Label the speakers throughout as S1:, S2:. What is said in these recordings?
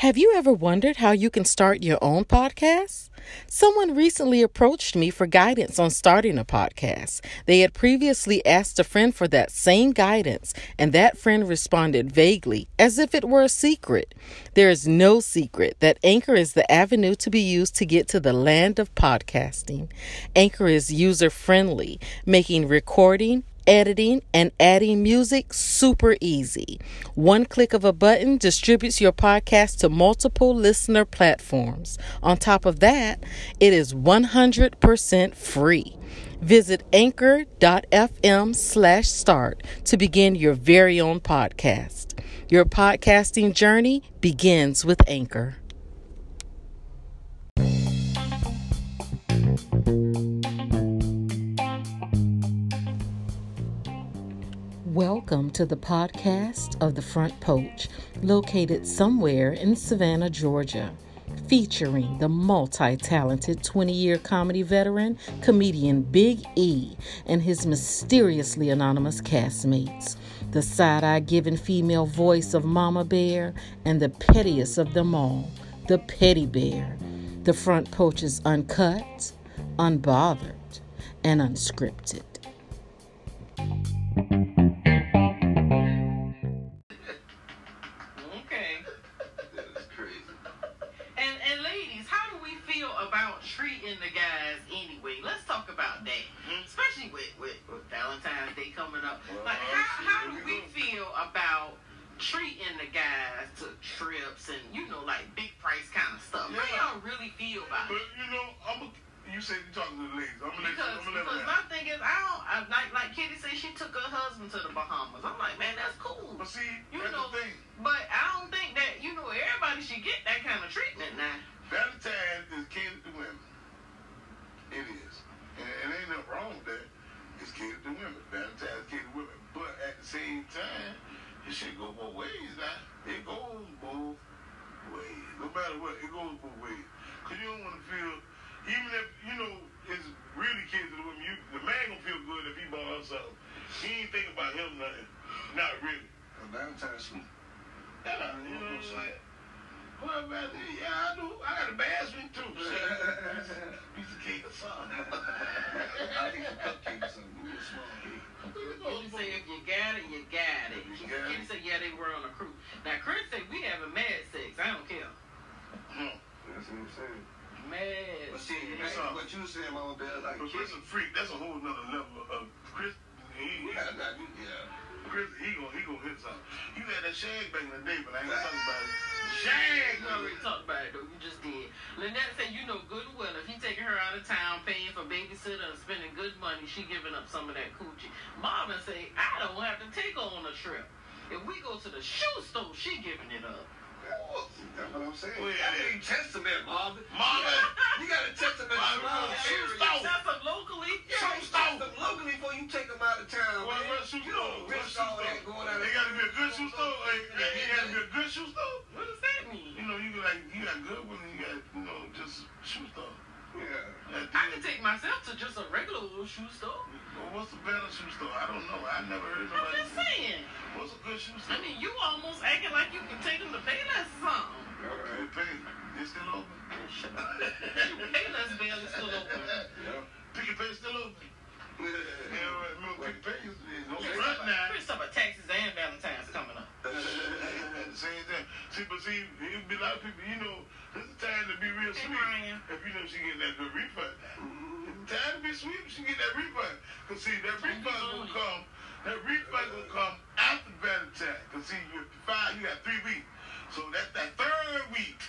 S1: Have you ever wondered how you can start your own podcast? Someone recently approached me for guidance on starting a podcast. They had previously asked a friend for that same guidance, and that friend responded vaguely, as if it were a secret. There is no secret that Anchor is the avenue to be used to get to the land of podcasting. Anchor is user friendly, making recording, editing, and adding music super easy. One click of a button distributes your podcast to multiple listener platforms. On top of that, it is 100% free. Visit anchor.fm slash start to begin your very own podcast. Your podcasting journey begins with Anchor. Welcome to the podcast of The Front Porch, located somewhere in Savannah, Georgia, featuring the multi talented 20 year comedy veteran, comedian Big E, and his mysteriously anonymous castmates, the side eye given female voice of Mama Bear, and the pettiest of them all, the Petty Bear. The Front Porch is uncut, unbothered, and unscripted.
S2: Okay.
S3: That is crazy.
S2: And and ladies, how do we feel about treating the guys anyway? Let's talk about that. Especially with, with, with Valentine's Day coming up.
S3: Mm-hmm. Well,
S2: like how,
S3: shit,
S2: how do
S3: here we
S2: we
S3: go.
S2: feel about treating the guys to trips and you know like big price kind of stuff?
S3: Yeah.
S2: How y'all really feel about
S3: But
S2: it?
S3: you know, I'm a, you said you talking to the ladies. I'm gonna let you,
S2: Because,
S3: I'm gonna let
S2: because
S3: them
S2: my
S3: have. it.
S2: thing is, I don't, I, like, like Kitty said, she took her husband to the Bahamas. I'm like, man, that's cool.
S3: But see,
S2: You
S3: that's
S2: know,
S3: the thing.
S2: but I don't think that, you know, everybody should get that kind of treatment now.
S3: Valentine's is catered to women. It is, and it ain't nothing wrong with that. It's catered to women. Valentine's is catered to women. But at the same time, it should go both ways. Now it goes both ways. No matter what, it goes both ways. Cause you don't want to feel, even if you know it's really catered to the women. You, the man gonna feel good if he bought her something. He ain't thinking about him nothing. Not really. Valentine's sweet. Yeah, you know what I'm saying. Well, man, yeah, I do. I got a basement too. Piece of cake or something. I need some cupcake or something. Give me a small cake.
S2: You say if you got it, you got it.
S3: You
S2: You
S3: got it.
S2: say yeah, they were on a cruise. Now Chris said we having mad sex. I don't care.
S3: No,
S4: That's what I'm saying.
S2: Mad.
S4: But see,
S2: sex.
S4: that's what you saying, Mama Bear, like,
S3: but Chris a freak. That's a whole nother level of Chris. He,
S4: yeah, nah, you- yeah.
S3: Chris, he gonna, he gonna hit something. You had that shag back in the day, but I ain't talking about it.
S2: We
S3: Shag, no,
S2: already talked about it though. You just did. Lynette said you know good and well if he taking her out of town, paying for babysitter and spending good money, she giving up some of that coochie. Marvin say I don't have to take her on a trip. If we go to the shoe store, she giving it up.
S4: That's what I'm saying.
S3: Well, yeah,
S4: I need testament, Marvin.
S3: Mama,
S4: You got to test them in
S3: Marvin,
S4: small
S3: come on,
S4: areas.
S3: shoot stop.
S2: That's a locally.
S4: Yeah,
S3: Shoot
S4: you
S3: stop.
S4: test them locally before you take them out of town,
S3: what
S4: man.
S3: what shoe
S4: You
S3: store?
S4: don't
S3: What
S4: risk
S3: shoe
S4: all
S3: store?
S4: that going out
S3: They gotta be a good shoe store. Hey,
S4: Yeah,
S3: It gotta be a good shoe store.
S2: What does that mean?
S3: You know, you like you got good ones. You got you know just shoe store.
S4: Yeah.
S3: That
S2: I
S3: did-
S2: can take myself to just a regular old shoe store.
S3: Well, what's a better shoe store? I don't know. I never heard
S2: I'm
S3: nobody.
S2: just saying.
S3: What's a good shoe store?
S2: I mean, you almost acting like you can take them to Payless or something.
S4: All right.
S3: Hey, it's still open.
S2: Shut up. Payless barely still open.
S4: Yeah.
S3: Pick and pay still open. Yeah,
S4: Yeah.
S3: right. No, pick and pay is is no
S4: Wait.
S3: front now.
S2: We're talking about taxes and Valentine's coming up.
S3: At the same time. See, but see, it'd be a lot of people, you know, this is time to be real
S2: Hey,
S3: sweet.
S2: Brian.
S3: If you know she getting that good refund. It's time to be sweet if she get that refund. Because see, that
S2: Don't be
S3: refund gonna
S2: lonely.
S3: come. That refund gonna come after Valentine. Because see, you five, you got three weeks. So that's that third week,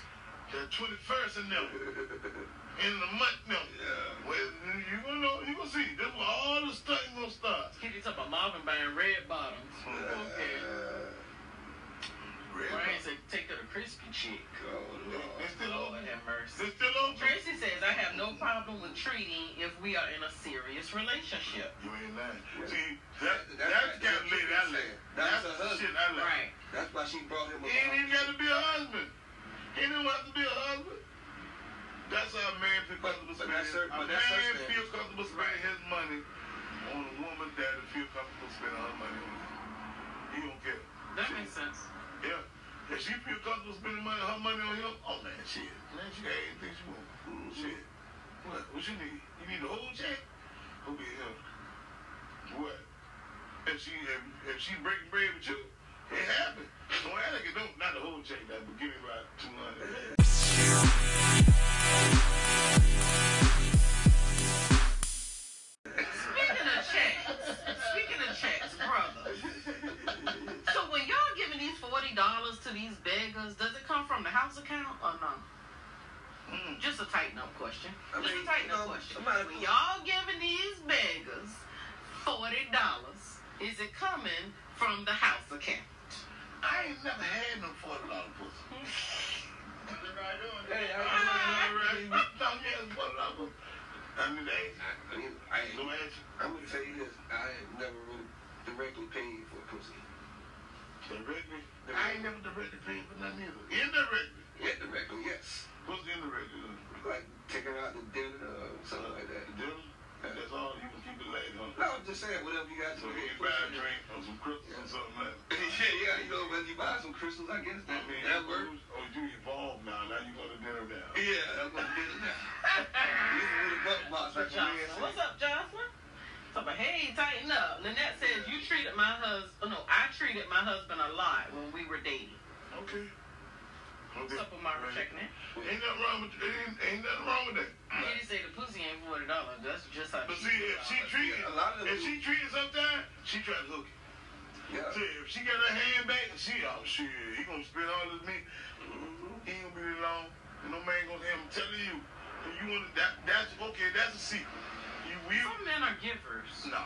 S3: that 21st and them. in the month now.
S4: Yeah.
S3: Well, you gonna know, you gonna see. This where all the stunting gonna start.
S2: Kitty talking about Marvin buying red bottoms. Okay.
S4: Uh,
S2: Brian said, take her to Crispy Chick.
S4: oh, Lord.
S3: It's still
S2: Lord
S3: open.
S2: have mercy.
S3: It's still open.
S2: Tracy says, I have no problem with treating if we are in a serious relationship.
S3: You ain't lying.
S4: Yeah.
S3: See, that,
S4: That-
S3: that's, that's
S4: that's what
S3: the kind of
S4: you
S3: lady I
S4: said.
S3: like.
S4: That's
S3: That's,
S4: a
S3: the
S4: husband.
S3: shit I like.
S2: Right.
S4: That's why she brought him
S3: He ain't
S4: along.
S3: even got to be a husband. He don't have to be a husband. That's how a man feels
S4: But-
S3: comfortable
S4: but that's
S3: spending.
S4: her- but
S3: a
S4: that's her
S3: man
S4: standard.
S3: feels comfortable spending his money on a woman that feel comfortable spending her money on him. He don't care.
S2: That makes sense.
S3: Yeah. If she feel comfortable spending money, her money on him, oh man, shit. Man, she got anything she want. Shit. What? What you need? You need the whole check? Who be him? What? If she if, if she breaking bread with you, it happened. Don't act like it don't. Not the whole check, that, but give me about two hundred.
S2: Speaking of checks, speaking of checks, brother. So when y'all giving these forty dollars to these beggars, does it come from the house account or no?
S3: Mm.
S2: Just a tighten up question.
S4: I
S2: Just
S4: mean,
S2: a tighten
S4: you
S2: up
S4: know,
S2: question.
S4: somebody-
S2: When y'all giving these beggars forty dollars, is it coming from the house account?
S3: I ain't never had no forty dollar pussy. Ah!
S4: Hey, I-
S3: I mean, they,
S4: I mean,
S3: I
S4: I,
S3: ain't no answer.
S4: I'm gonna tell you this. I ain't never really directly paid for pussy.
S3: Directly, I ain't never directly paid for nothing either. Indirectly,
S4: Yeah, directly, yes.
S3: what's indirectly?
S4: Like taking her out to dinner or something like
S3: The
S4: that.
S3: dinner? That's all you can keep it late, huh?
S4: No, I'm just saying, whatever you got to
S3: So
S4: do.
S3: he buy a drink or some crystals or something like.
S4: yeah, yeah, you know, when you buy some crystals, I guess
S3: I
S4: that,
S3: mean,
S4: that works.
S3: Oh, you evolved now. Now you go to dinner now.
S4: Yeah, that's what it is now. This is what the buck box like
S2: Jocelyn.
S4: man
S2: What's
S4: said.
S2: up, Jocelyn? So, but hey, tighten up. Lynette says you treated my husband. No, I treated my husband a lot when we were dating.
S3: Okay.
S2: What's up, Amara? Checking in.
S3: Ain't nothing wrong with ain't, ain't nothing wrong with that.
S2: I didn't say the pussy ain't forty dollars. That's just how.
S3: But
S2: she
S3: see, if she
S2: feel.
S3: treated,
S4: A lot of
S3: if
S4: them-
S3: she treated sometime, she tried to hook it.
S4: Yeah.
S3: See, if she got her hand back, she oh shit, he gonna spit all this meat.
S4: Mm-hmm.
S3: He ain't gonna be there long. And no man gonna I'm telling you. If you wanna that that's okay, that's a secret. You will
S2: Some men are givers.
S3: No,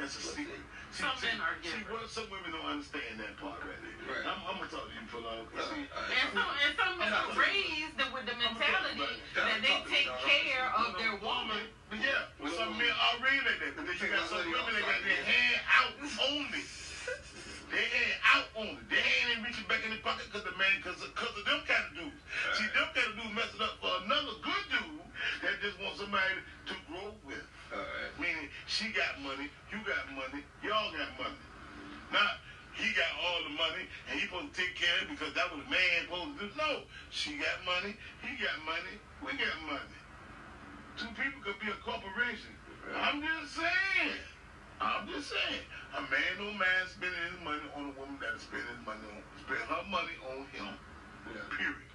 S3: that's a secret.
S2: Some men are
S3: see,
S2: givers.
S3: what some women don't understand that part right there.
S4: Right.
S3: I'm, I'm gonna talk to you for a long
S4: Uh,
S3: See,
S2: And some, and some men are raised with the mentality that they take care of their woman.
S3: But yeah, but some men are real like that. But then you got some women that got their hand out on it. Their hand out on it. Their hand ain't reaching back in the pocket because the man, because of, cause of them kind of dudes. See, them kind of dudes messing up for another good dude that just wants somebody to grow with.
S4: Alright.
S3: Meaning, she got money, you got money, y'all got money. Not he got all the money and he supposed to take care of it because that was a man supposed to do. No, she got money, he got money, we got money. Two people could be a corporation. I'm just saying. I'm just saying. A man don't mind spending his money on a woman that spend his money on, spend her money on him.
S4: Yeah.
S3: Period.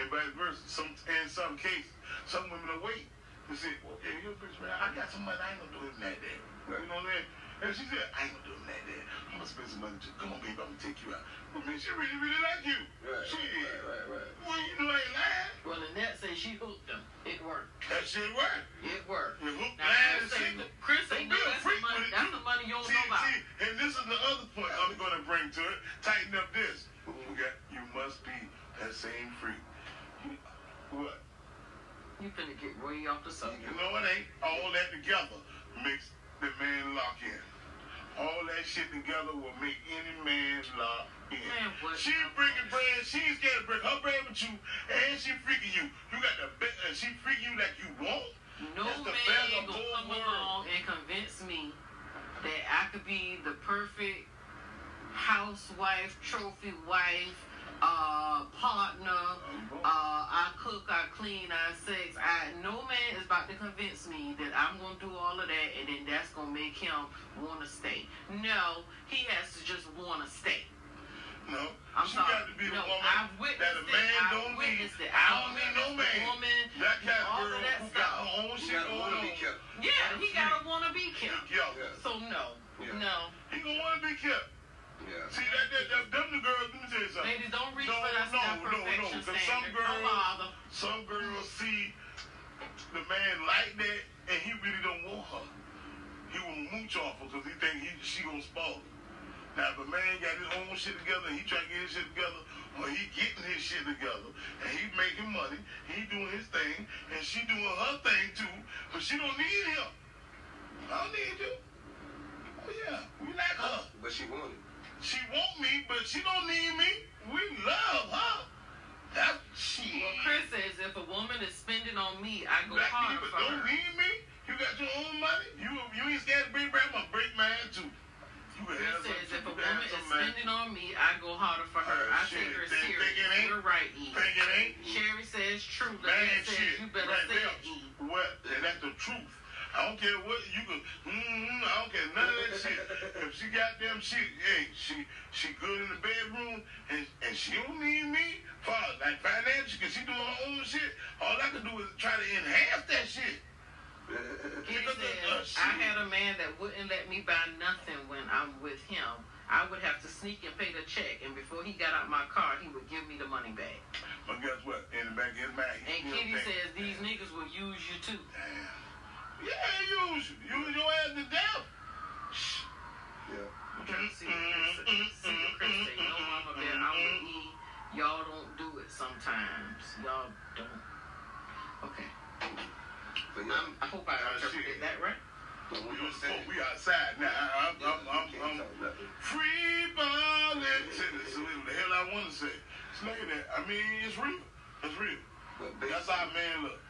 S3: And vice versa. Some in some cases, some women are wait and say, "Well, if you're a bitch, man, I got some money. I ain't gonna do him that day." You know what I'm saying? And she said, "I ain't gonna do him that day. I'm gonna spend some money too. Come on, babe, I'm gonna take you out." Well, man, she really, really like you.
S4: Right,
S3: She,
S4: right, right, right.
S3: well, you know, I ain't lying.
S2: Well, Lynette says she hooked them. It worked.
S3: That shit work.
S2: It worked.
S3: You hook,
S2: Now,
S3: line, and
S2: Chris ain't,
S3: single.
S2: Chris
S3: Don't
S2: ain't know
S3: be a
S2: that's the
S3: freak
S2: money.
S3: with it.
S2: That's the money you don't
S3: See,
S2: know about.
S3: see, and this is the other point I'm going to bring to it. Tighten up this. You got, you must be that same freak. You- What?
S2: You finna get way off the subject.
S3: You know it ain't all that together makes the man lock in. All that shit together will make any man lock in.
S2: Man, what-
S3: she bringing bread, she's scared to bring her bread with you, and she freaking you. You got the best, and she freaking you like you want.
S2: No
S3: That's
S2: man
S3: the best of
S2: gonna
S3: both
S2: come
S3: worlds.
S2: along and convince me that I could be the perfect housewife, trophy wife, uh, partner. Uh, I cook, I clean, I sex. I no man is about to convince me that I'm gonna do all of that, and then that's gonna make him wanna stay. No, he has to just wanna stay.
S3: No,
S2: I'm
S3: she
S2: sorry.
S3: got to be the
S2: no,
S3: woman
S2: I've
S3: that
S2: witnessed
S3: a man
S2: it. I've
S3: don't need.
S2: witnessed it.
S3: I don't need no
S2: The
S3: man.
S2: Woman,
S3: that
S2: you know,
S3: kind of
S2: all
S3: girl
S2: of that
S3: who got
S2: stuff.
S3: her own
S4: You
S3: shit
S4: gotta
S3: going
S4: wanna
S3: on.
S4: be kept.
S2: Yeah, he gotta wanna be Kim.
S3: Yo,
S4: Yeah.
S2: So no,
S4: Yeah.
S2: no.
S3: he gonna want to be kept.
S4: Yeah.
S3: See that, that, that them the girls. Let me tell you something.
S2: Ladies, don't reach
S3: No,
S2: for that
S3: no,
S2: that
S3: no, no,
S2: perfection
S3: 'cause some
S2: standard.
S3: girls-
S2: Don't bother.
S3: Some girls see the man like that, and he really don't want her. He will mooch off her because he think he, she gonna spoil him. Now, if a man got his own shit together, and he trying to get his shit together, or he getting his shit together, and he making money, he doing his thing, and she doing her thing too, but she don't need him. I don't need you. Oh yeah, we like her.
S4: But she wanted.
S3: She want me, but she don't need me. We love her. That's she.
S2: Well, Chris says if a woman is spending on me, I go
S3: Black
S2: hard
S3: people
S2: for
S3: don't
S2: her.
S3: need me. You got your own money. You you ain't scared to break bread. I'm gonna break mine too. You can
S2: Chris
S3: have some
S2: says if a
S3: you can
S2: woman
S3: have
S2: is
S3: some man.
S2: spending on me, I go harder for her. I
S3: Alright,
S2: take
S3: Shit,
S2: her
S3: think- think
S2: serious.
S3: it ain't?
S2: You're right, E.
S3: Think it ain't?
S2: Sherry says true.
S3: Bad
S2: Lynette says
S3: shit.
S2: you better
S3: right
S2: say it, E.
S3: there. What? And that's the truth. I don't care what you can. Mm, I don't care none of that shit. If she got them shit, hey, she she good in the bedroom, and and she don't need me for like financially, cause she doing her own shit. All I can do is try to enhance that shit.
S2: He says, I had a man that wouldn't let me buy nothing when I'm with him. I would have to sneak and pay the check, and before he got out my car, he would give me the money back.
S3: But guess what? In the back of his mind, he
S2: And
S3: still
S2: Kitty
S3: think,
S2: says these niggas will use you too.
S3: Damn. Yeah, use you. Use your ass to death. Shh.
S2: Okay, see what Chris say. See what Chris say. No, Mama Bear, I'm with E. Y'all don't do it sometimes. Y'all don't. Okay.
S4: But yeah,
S2: I'm, I hope I interpreted that right.
S4: but
S3: We,
S4: what I'm
S3: oh,
S4: saying,
S3: we outside now. I'm,
S4: yeah,
S3: I'm, I'm,
S4: you
S3: I'm,
S4: can't talk nothing.
S3: free balling. That's what the hell I want to say. It's like that. I mean, it's real. It's real.
S4: But
S3: That's
S4: basically,
S3: how a man look.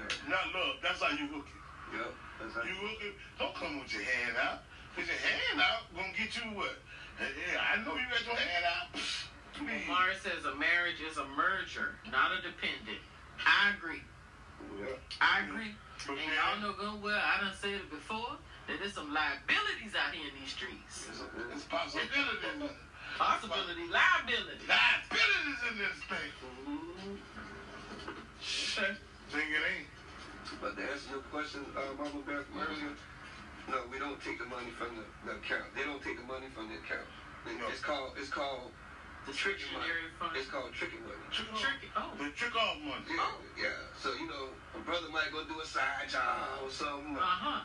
S4: yeah,
S3: Not love. That's how you hook it.
S4: yeah, that's how-
S3: You hook it. Don't come with your hand out. Cause your hand out gonna get you what? Yeah, I know you got your hand out. Psh, Please.
S2: Omar says a marriage is a merger, not a dependent. I agree.
S4: yeah.
S2: I agree.
S3: But
S2: And
S3: man,
S2: y'all know good well, I done said it before, that there's some liabilities out here in these streets.
S3: It's, it's possibilities.
S2: Possibility, liability.
S3: Liabilities in this thing. Shit. Think it ain't.
S4: But to answer your question, uh, Mama Bear, from earlier, no, we don't take the money from the, the account. They don't take the money from the account. It-
S3: No.
S4: It's called it's called
S2: The
S4: tricky money.
S2: trictionary fund.
S4: It's called tricky money.
S3: Trick off.
S2: Tricky. Oh.
S3: The trick off money.
S4: Yeah, yeah. So you know, a brother might go do a side job or something.
S2: Uh
S4: or
S2: huh.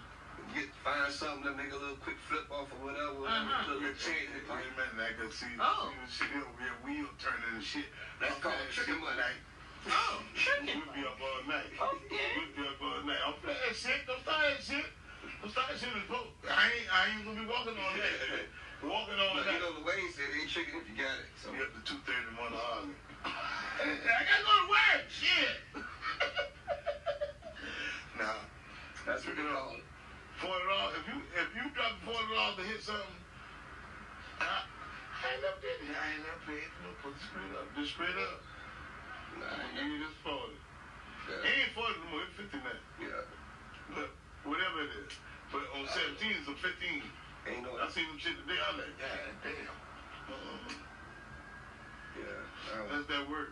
S4: Get find something to make a little quick flip off or whatever.
S2: Uh-huh.
S4: put a
S3: Wait
S4: little change in it.
S3: a minute, I can see
S2: Oh.
S3: see the shit over here, wheel turning and shit.
S4: That's called
S3: that
S4: chicken
S3: shit
S4: money.
S3: Like,
S2: Oh,
S3: we'll
S2: tricking.
S3: be up all night.
S2: Okay.
S3: We'll be up all night. I'm playing that shit. Don't start that shit. Don't start that shit. Is broke. I ain't, I ain't gonna be walking on that. walking on
S4: But
S3: that.
S4: you know the way he said ain't tricking if you got it. So
S3: We up to two thirty one hour. I gotta go to work. Shit. nah.
S4: that's what they call it.
S3: Forty dollars. If you if you drop forty dollars to hit something, I, I ain't never did it. I ain't never paid no pussy straight up. Just straight up.
S4: Nah,
S3: I give you this forty. It
S4: yeah,
S3: ain't forty no more. It's fifty now.
S4: yeah.
S3: Look, whatever it is. But on seventeen it's a fifteen.
S4: Ain't no
S3: I seen them shit today. I was like, God damn. Uh-uh.
S4: yeah. I don't-
S3: That's that word.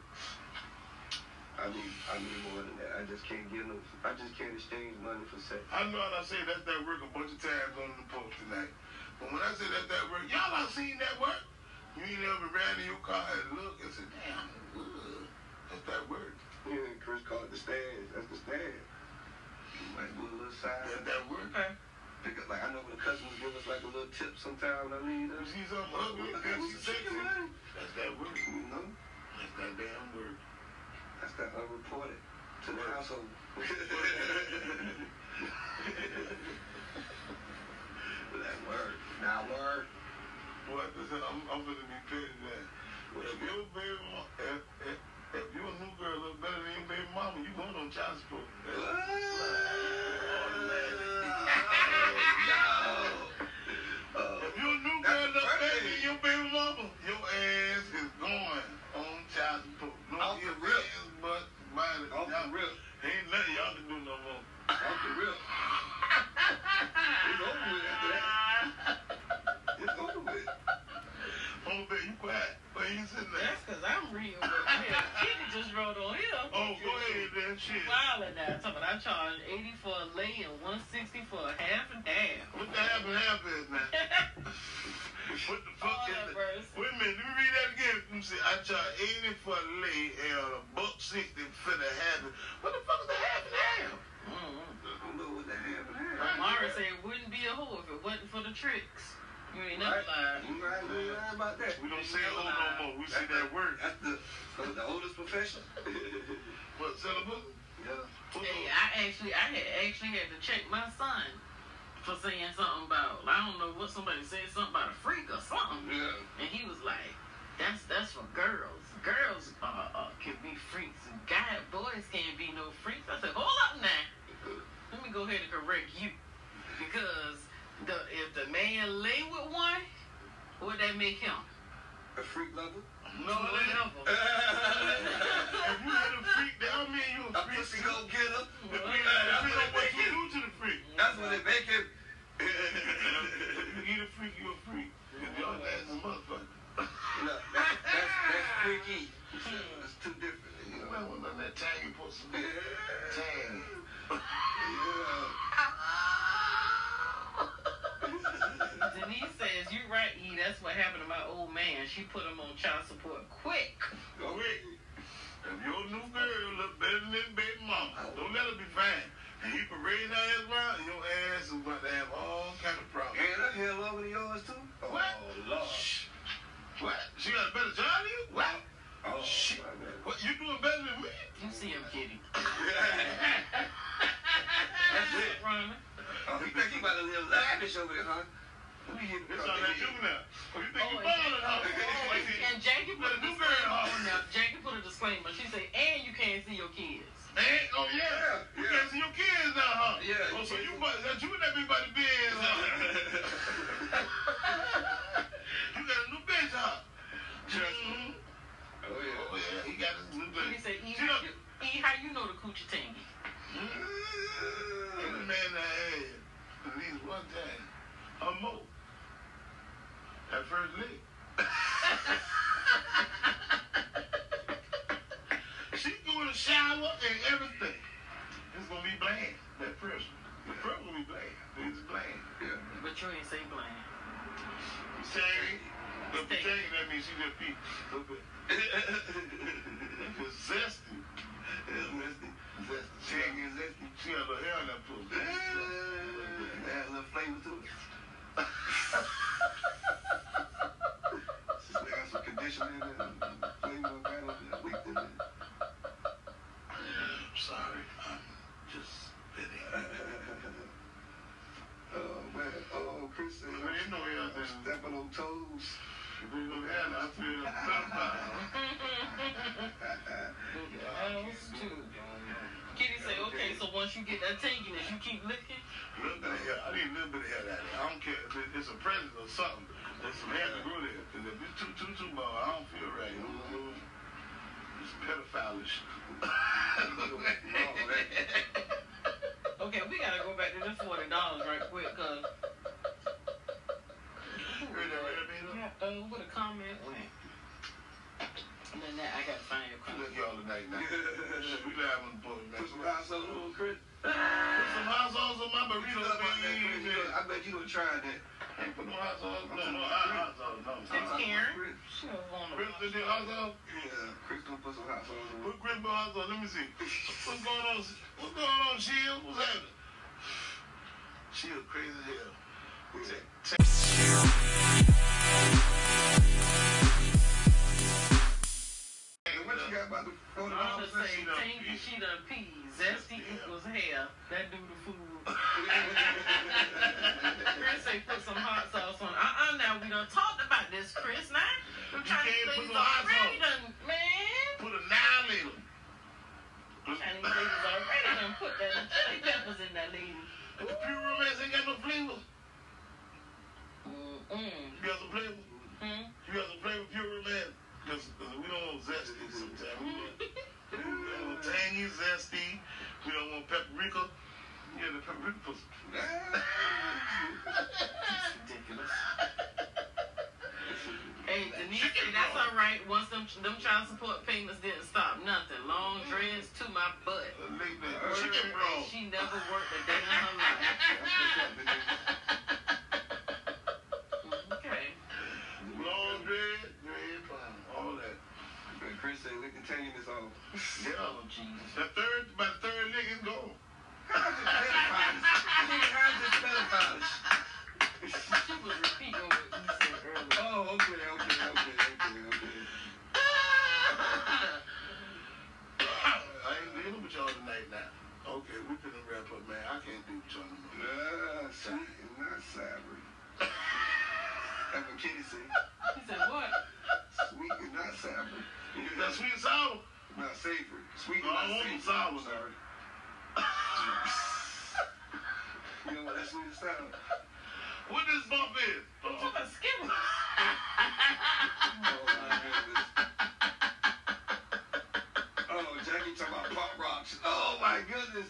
S4: I need I need more than that. I just can't get no. I just can't exchange money for sex.
S3: I know that I say that's that work a bunch of times on the post tonight. But when I say that's that work, y'all I seen that work. You ain't ever ran in your car and look and said, damn, ugh, that's that work.
S4: Yeah, Chris called the stands. That's the stand. You might do a little side.
S3: That's that work.
S2: Okay.
S4: Pick up, like I know when the customers give us like a little tip sometimes. I need
S3: You
S4: them.
S3: see something ugly, and she sexy. That's that work.
S4: You know,
S3: That's that damn work.
S4: that's that unreported to the household. that word, now word.
S3: Boy, listen, I'm, I'm gonna be petty that. If your baby, mo- if, if, if your new girl look better than your baby mama, you going on child support. That's- If your new girl look better than your baby mama, your ass is going on child support. No
S4: Off the
S3: ifs,
S4: rip.
S3: ands, buts, minus.
S4: Off the
S3: Y'all-
S4: rip.
S3: Ain't nothing y'all can do no more. Oh, baby, you quiet. Where you sitting there?
S2: That's because I'm reading what yeah, Kitty just wrote on here.
S3: Oh, go ahead, then. Shit.
S2: Wilding now. Talking about I charge 80 for a lay and 160 for a half and half.
S3: What the half and half is now? What the
S2: Oh,
S3: fuck is
S2: that
S3: that?
S2: verse.
S3: Wait a minute, let me read that again. Let me see. I charge 80 for a lay and a buck 60 for the half. and- What the fuck is the half and half?
S2: Mm-hmm.
S3: Right.
S2: Mara said it wouldn't be a hoe if it wasn't for the tricks. You ain't never lied.
S3: We don't say oh no more. We say that word. What, celibate?
S2: Hey, I actually, I had actually had to check my son for saying something about, I don't know what somebody said, something about a freak or something. And he was like, "That's that's for girls. Girls uh, uh, can be freaks. Guy boys can't be no freaks." I said, "Hold up now. Let me go ahead and correct you, because the, if the man lay with one, would that make him?"
S4: A freak lover?
S3: No, they don't.
S2: Whatever.
S3: If you hit a freak, that don't mean you a
S4: A
S3: freak.
S4: pussy go get her.
S3: It mean- it mean what you do to the freak.
S4: That's what they make it.
S3: If you eat a freak, you a freak. If your ass is a motherfucker.
S4: No, that's, that's, that's freaky. It's too different, you know.
S3: Man, when that tag you put some
S4: Yeah.
S3: tag.
S2: Denise says, you right, E. That's what happened to my old man. She put him on child support quick.
S4: Go ahead.
S3: If your new girl look better than baby mama, don't let her be fine. And you parading her ass around, and your ass is about to have all kind of problems.
S4: And her hair longer than yours, too?
S3: What?
S4: Oh, Lord.
S3: Shh. What? She got a better job than you? What?
S4: Oh,
S3: Shit.
S4: my God.
S3: What? You doing better than me?
S2: You see him, kitty.
S4: That's it.
S2: Roman.
S4: Oh, you think you about to live lavish over there, huh? We get
S3: This all that juvenile. Oh, you think you balling, huh?
S2: Oh,
S3: You see?
S2: and Jackie put a
S3: Little blueberry
S2: disclaimer
S3: hog.
S2: on there. Jackie put a disclaimer. She said, and you can't see your kids.
S3: And, oh, yeah.
S4: Yeah,
S3: You
S4: yeah.
S3: can't see your kids now, huh?
S4: Yeah.
S3: Oh, so you must, that juvenile be about to be in, huh? You got a new bitch, huh?
S4: Trust
S3: Mhm.
S4: me. Oh, yeah.
S3: Oh, yeah. He got his new
S2: She
S3: bitch.
S2: said, E,
S3: She
S2: how
S3: done-
S2: you, e, how you know the coochie tangy?
S3: Every man I had, at least one time, a mo. That first lick. she go in the shower and everything. It's gonna be bland. That first, the first gonna be bland. It's bland.
S4: Yeah.
S2: But you ain't say bland.
S3: Same. But the thing that means she just be a little bit zesty.
S4: It's nasty.
S3: She ain't getting zesty. She had her hair in that pussy.
S4: Add a little flavor to it. Just add some conditioner in there, flavor and kind of wheat in there.
S3: I'm sorry. I'm just spitting.
S4: Oh, man. Oh, Chris said,
S3: Well, you know uh, you're out there.
S4: I'm stepping on toes.
S2: Those two. Kitty said, okay, so once you get that tanginess, you keep licking.
S3: I need a little bit of hair. I don't care if it's a present or something. There's some hair to grow there. Because if it's too, too, too long, I don't feel right. It's pedophilish.
S2: Okay, we gotta go back to this forty dollars right quick, cause yeah, uh, what a comment went. And then that, I gotta find your comment.
S3: Look y'all tonight now. Shit, we live on the boat, man.
S4: Put some hot sauce on it, Oh, Chris.
S3: Put some hot sauce on my
S4: You know about that, Chris. You
S3: burrito,
S4: know-
S3: man.
S4: I bet you done tried that. Uh,
S3: Ain't put no hot sauce. No, no hot sauce. No.
S2: That's Karen.
S4: Chris.
S2: She was on the.
S3: Grip the hot sauce.
S4: Yeah, Chris gonna put some hot sauce on it.
S3: What grip hot sauce? Let me see. What's going on? What's going on, Shield? What's happening? Shield crazy as hell. Ta- ta-
S4: And what you got about the phone?
S2: I'm just
S3: She
S2: saying,
S3: done
S2: tangy,
S3: peed.
S2: she done pee. Zesty equals hair. That do the food. Chris say put some hot sauce on. Uh uh now we done talked about this, Chris. Now we're trying
S3: can't
S2: to
S3: put
S2: say
S3: no hot
S2: already
S3: sauce.
S2: done, man.
S3: Put a nine in him.
S2: Chinese ladies already done put that chili peppers in that lady.
S3: The pure romance ain't got no flavor.
S2: Mm-mm.
S3: You got some flavor?
S2: Hmm?
S3: You got some flavor, pure romance? Because we don't want zesty sometimes. We want- we don't want tangy, zesty. We don't want paprika. Yeah, the paprika puts
S2: Ridiculous. Hey, Denise, said that's all right. Once them them child support payments didn't stop nothing. Long dreads to my butt.
S3: a late night chicken roll.
S2: She never worked a day in her life. Okay.
S3: Long dread, dread pound, all that.
S4: Chris said, we can tell you this all.
S3: Yeah.
S2: Oh, Jesus.
S3: The third, by the third nigga is gone.
S2: She was repeating what you said earlier.
S4: Oh, okay, okay, okay, okay, okay.
S3: I ain't dealing with y'all tonight now. Okay, we finna wrap up, man. I can't do with y'all no more.
S4: Nah, sorry, not sorry. That's what Kitty said.
S2: He said, what?
S4: Sweet and not sour.
S3: That sweet and sour.
S4: Not savory. Sweet and
S3: No, I
S4: not
S3: want
S4: savory.
S3: them sour.
S4: Sorry. You know what? That's sweet and sour.
S3: What this bump is?
S2: You took a skip.
S4: All I heard was, oh, Jackie talking about pop rocks. Oh my goodness.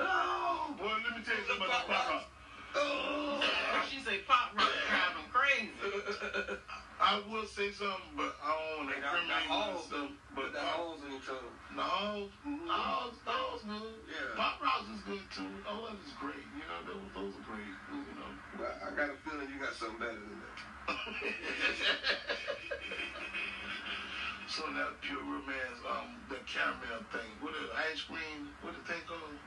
S4: Oh,
S3: Boy, let me tell you something about the pop rock.
S4: oh.
S2: she say pop rock drive him crazy.
S3: I will say something, but I don't want to
S4: Hey, not,
S3: incriminate
S4: not all of
S3: myself.
S4: them, but
S3: But uh,
S4: the
S3: pop,
S4: holes in each other.
S3: no, no, those good.
S4: Yeah.
S3: Pop rocks is good too. Oh, that is great. You know, those, those are great. You know.
S4: Well, I got a feeling you got something better than that.
S3: so that pure romance, um, the caramel thing, what the ice cream, what the thing called?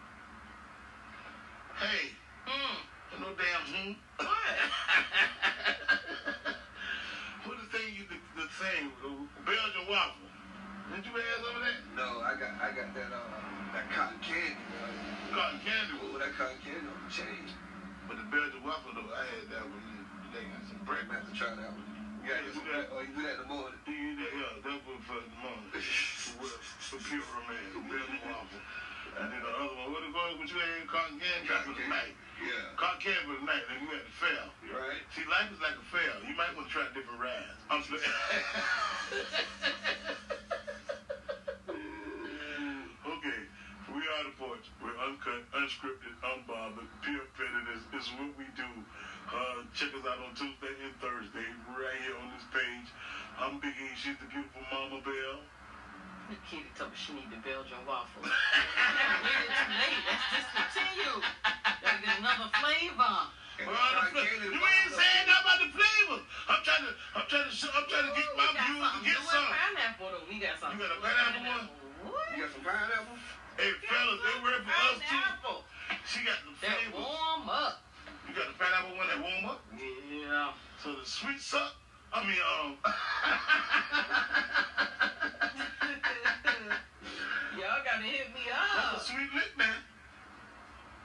S3: Hey,
S2: Mm.
S3: no damn hmm.
S2: What?
S3: What the thing you the, the thing, the Belgian waffle? Did you have some of that?
S4: No, I got, I got that, uh, that cotton candy. Man.
S3: Cotton candy was,
S4: Oh, that cotton candy on the chain.
S3: but the Belgian waffle though, I had that one. They got some
S4: I'm gonna have
S3: breakfast.
S4: to try that one. You gotta do that. Oh, you do that in the morning.
S3: Do you that? Yeah, that was for the morning. Well, for pure romance, Belgian waffle. And then the other one, what the fuck? What you had? Cotton candy? That was night.
S4: Yeah.
S3: Car came for the night, and you had to fail.
S4: Right.
S3: See, life is like a fail. You might want to try different rides. I'm sure. okay, we are the porch. We're uncut, unscripted, unbothered, pure fitted. It's, it's what we do. Uh, check us out on Tuesday and Thursday, right here on this page. I'm Big E. She's the beautiful Mama Bell.
S2: The kitty told me she need the Belgian waffle. That's way too late. That's discontinued. Gotta get another flavor.
S3: Well, the
S4: And the cotton
S3: fla-
S4: candy
S3: you
S4: was
S3: ain't
S4: also-
S3: saying nothing about the flavor. I'm trying to, I'm trying to, sh- I'm trying to get my
S2: Ooh, we got something
S3: viewers to get
S2: new with
S3: some.
S2: Pineapple though. We got something.
S3: You got a
S2: with
S3: pineapple
S2: What?
S4: You got some pineapple?
S3: Hey, fellas, they work for us too.
S2: Pineapple.
S3: She got the
S2: That
S3: flavor.
S2: warm up.
S3: You got the fat apple one that warm up.
S2: Yeah.
S3: So the sweet suck. I mean, um,
S2: Y'all gotta hit me
S3: that's
S2: up.
S3: the sweet lick man.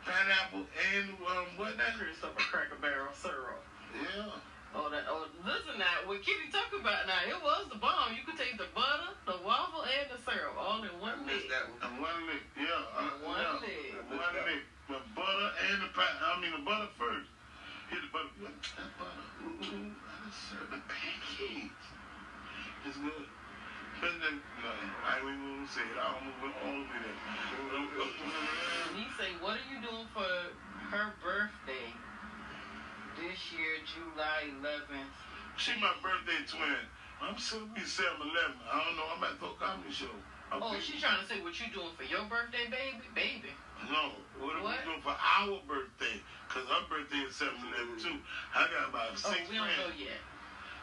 S3: Pineapple and um, what that?
S2: Christopher Cracker Barrel syrup.
S3: Yeah.
S2: Oh, that, oh, listen now, what Kitty talk about now, it was the bomb. You could take the butter, the waffle, and the syrup all in
S4: I
S2: one
S4: missed
S2: mix.
S4: that one.
S3: And one lick. Yeah. uh,
S2: And one
S3: yeah.
S2: lick.
S3: And One lick. The butter and the pat. I mean, the butter first. Hit the butter. Look, That butter. Ooh, that is so- the pancakes. It's good. But then, no, I ain't even gonna say it. I almost went all over there.
S2: And he say, what are you doing for her birthday this year, July 11th?
S3: She my birthday twin. I'm supposed to be 7 11. I don't know. I'm at the comedy show. I
S2: Oh,
S3: think-
S2: she trying to say what you doing for your birthday, baby? Baby.
S3: No. What are we
S2: What?
S3: doing for our birthday? Because her birthday is 7 11 too. I got about
S2: Oh,
S3: six
S2: we don't know
S3: friends.
S2: yet.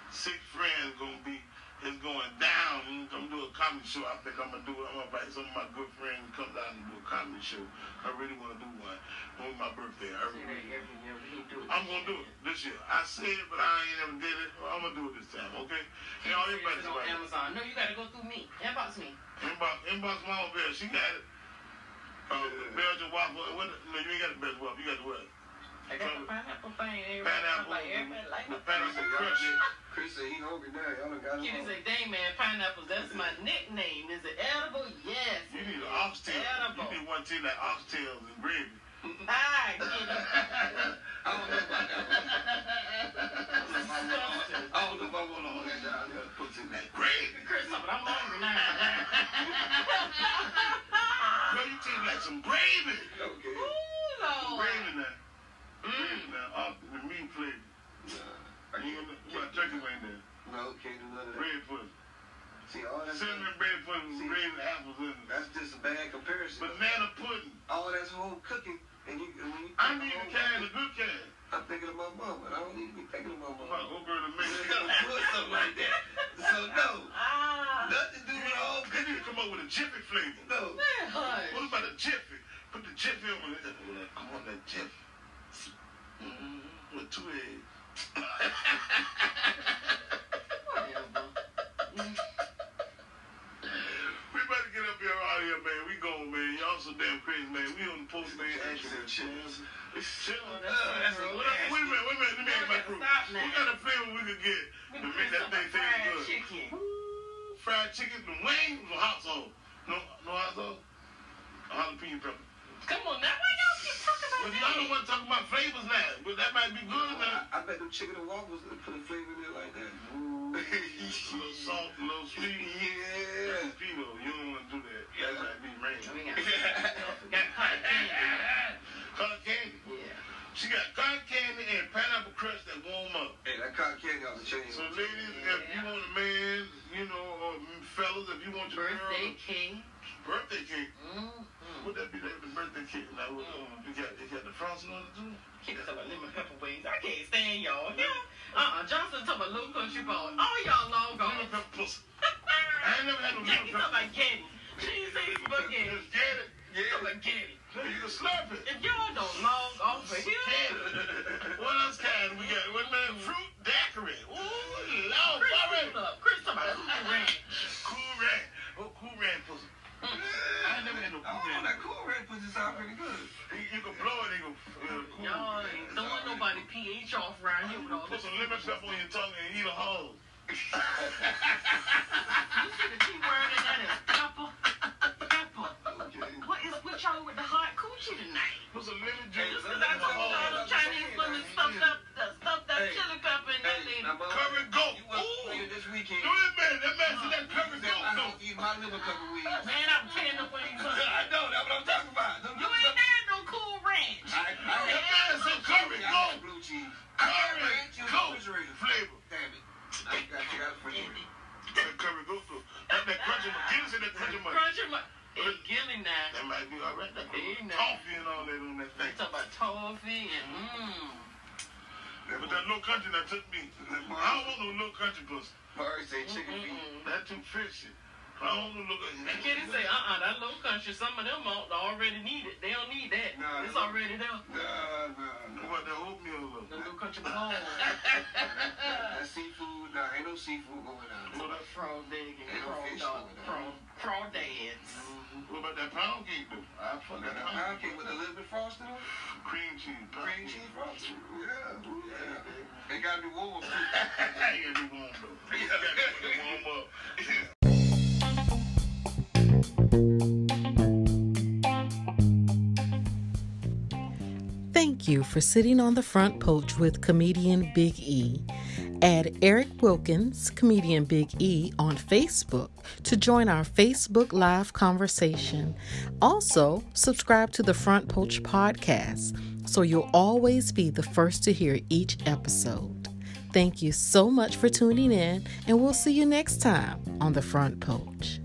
S3: Six friends going to be. It's going down. I'm going to do a comedy show. I think I'm going to do it. I'm going to invite some of my good friends to come down and do a comedy show. I really want to do one on my birthday. I
S2: Say
S3: really
S2: that every year we do it.
S3: I'm gonna do it this year. I said it, but I ain't ever did it. I'm gonna do it this time, okay? And all
S2: It's
S3: everybody's
S2: on
S3: right.
S2: Amazon. No, you gotta go through me. Inbox me.
S3: Inbox, inbox Mama Bell, she got it. Uh, the Belgian waffle. What, no, you ain't got the Belgian waffle. You got the what?
S2: I got the pineapple thing.
S3: Pineapple.
S2: Like, everybody like
S3: The
S2: it.
S4: Chris
S3: pineapple
S4: said, y'all
S3: crunch.
S4: did- Chris said he hungry now. Y'all done got
S2: Kitty
S4: him.
S2: say, dang man, pineapples, that's my nickname. Is it edible? Yes.
S3: You
S2: it
S3: need
S2: is
S3: an oxtail.
S2: Edible.
S3: You need one tea like oxtails and gravy.
S2: Ah, Kitty.
S4: I don't know about that one.
S2: Disgusting.
S4: I don't know if I want all that down there. Put in that.
S3: Gravy.
S2: Christopher, I'm hungry now.
S3: Girl, you taste like some gravy.
S4: Okay.
S2: Ooh, Lord.
S3: Gravy now.
S2: Mm.
S3: Gravy now. Off the meat flavor.
S4: Nah, I
S3: You
S4: can't-
S3: ain't gonna- what turkey wing there?
S4: No, can't do none of that.
S3: Bread pudding.
S4: See, all that
S3: Cinnamon bread pudding with
S4: See.
S3: gravy and apples in it.
S4: That's just a bad comparison.
S3: Banana pudding.
S4: All that's home cooking, and you, and when you
S3: I need the kind, the good kind.
S4: I'm thinking of my mama. and I don't need to be thinking of my
S3: I'm
S4: mama.
S3: about to go girl to
S4: You
S3: make
S4: gotta put something like that. So no,
S2: Ah.
S4: nothing to do with home
S3: They need
S4: cooking.
S3: to come up with a jiffy flavor.
S4: No,
S2: Man, hush.
S3: What about a jiffy? Put the jiffy on it. I want that jiffy. Mm, with two eggs.
S2: Whatever.
S3: We better get up here out of here, man. We going, man. Y'all so damn crazy, man. We on the post, man.
S4: Jackson
S3: Action,
S4: chips.
S3: Chill.
S2: Oh,
S3: Wait
S2: that's
S4: Uh, that's
S2: gross.
S4: a
S3: a minute, wait a minute. Let me ask my
S2: Y'all
S3: crew.
S2: gotta stop
S3: What
S2: now.
S3: kind of flavor we could get
S2: We
S3: to
S2: can
S3: make that
S2: some
S3: thing
S2: fried
S3: taste good?
S2: chicken.
S3: Ooh, Fried chicken, the wings, or hot sauce? No, no hot sauce. Jalapeno pepper.
S2: Come on now, why y'all keep talking about
S3: But y'all the one talking about flavors now. But that might be good now.
S4: I, I bet them chicken and waffles would put a flavor in there like that.
S3: Ooh, a little salt, a little sweet.
S4: Yeah.
S3: That's Pito. You don't want to do that. That might be
S2: We
S3: rain.
S2: got, got cotton candy.
S3: Cotton candy.
S2: Yeah.
S3: She got cotton candy and pineapple crush that warm up.
S4: Hey, that cotton candy off the chain.
S3: So ladies, if you want a man, you know, or fellas, if you want your
S2: Birthday
S3: girl
S2: cake.
S3: birthday cake,
S2: Mm-hmm.
S3: would that be like the birthday cake? Now, what, you got, you got the frosting on it too?
S2: Keep talking about lemon pepper wings. I can't stand y'all. Uh-uh. Johnson talking about little country boy. All y'all long
S3: Lemon
S2: gone.
S3: pepper pussy. I ain't
S2: Jackie
S3: never had no lemon
S2: talking
S3: pepper.
S2: about Getty. She says spaghetti.
S3: Just get it.
S2: Talking about Getty.
S3: You can slap it.
S2: If y'all don't log off of here,
S3: Candy. What else kind we got? What man? Fruit daiquiri. Ooh, Lord,
S2: Chris,
S3: already.
S2: hold up. Chris talking about Cool Ranch.
S3: Cool ran. Oh, cool ran pussy. I ain't never had no cool
S4: Oh,
S3: ran.
S4: that cool red pussy sound pretty good.
S3: You, you can blow it, they go. Uh, cool.
S2: Y'all ain't throwing nobody pH off around here with all
S3: Put
S2: this.
S3: some lemon pepper on your tongue and eat a hole.
S2: You see the T word in that is pepper. Pepper. What is with y'all with the hot coochie tonight?
S3: Put some lemon
S4: Hey,
S3: juice
S2: Cause
S3: and
S2: I
S3: a
S2: told y'all
S3: hole.
S2: them Chinese women stuffed up, stuffed that chili pepper in that
S4: Hey,
S2: lady.
S4: now, mother-
S3: Curry goat.
S4: You wasn't
S3: Ooh.
S4: playing this weekend.
S3: No, that man, that man said that
S4: You
S3: perfect
S4: said,
S3: goat
S4: I
S3: though.
S4: don't eat my liver couple weeks.
S2: Man, I'm tearing up when you
S4: I know, that's what I'm talking about. Them
S2: You
S4: liver
S2: ain't
S4: couple-
S2: had no cool ranch.
S4: I, I
S3: That
S4: had
S3: man said curry
S4: I got
S3: goat.
S4: blue cheese. I had
S3: Curry
S4: ranch in the
S3: goat
S4: refrigerator.
S3: flavor.
S4: Damn it. I got you out of the refrigerator.
S3: That curry goat though. That, that crunchy one. Get us in that crunchy one.
S2: Crunch your mouth. It's Gilly now.
S3: That might be all right. That
S2: Hey,
S3: cool.
S2: now.
S3: Coffee and all that on that
S2: You
S3: thing.
S2: talking about toffee and mmm.
S3: But that little country that took me. I don't want no little country pussy.
S4: Murray said chicken feet.
S3: That too fishy. I don't want no little
S2: And Kitty say, uh-uh, that little country, some of them all- already need it. They don't need that.
S4: Nah,
S2: it's
S4: nah.
S2: already there.
S4: Nah, nah,
S3: What about
S4: nah.
S3: that oatmeal
S2: The
S3: though?
S2: little country belongs.
S4: That seafood, nah, ain't no seafood going out.
S2: What a frog dig and frog dog, frog, frog dance.
S3: What about that pound cake though? I fuck
S4: Got
S3: that
S4: a
S3: pound
S4: pound
S3: cake
S4: cake with a little bit frosting on it.
S3: cream cheese. pound
S4: Cream
S3: cake.
S4: cheese frosting. Yeah. ooh, yeah. They got to be warm. too.
S3: Hey, you gotta be warm though. You gotta be warm up.
S1: Thank you for sitting on the front porch with comedian Big E. Add Eric Wilkins, comedian Big E, on Facebook to join our Facebook Live conversation. Also, subscribe to the Front Porch Podcast so you'll always be the first to hear each episode. Thank you so much for tuning in, and we'll see you next time on the Front Porch.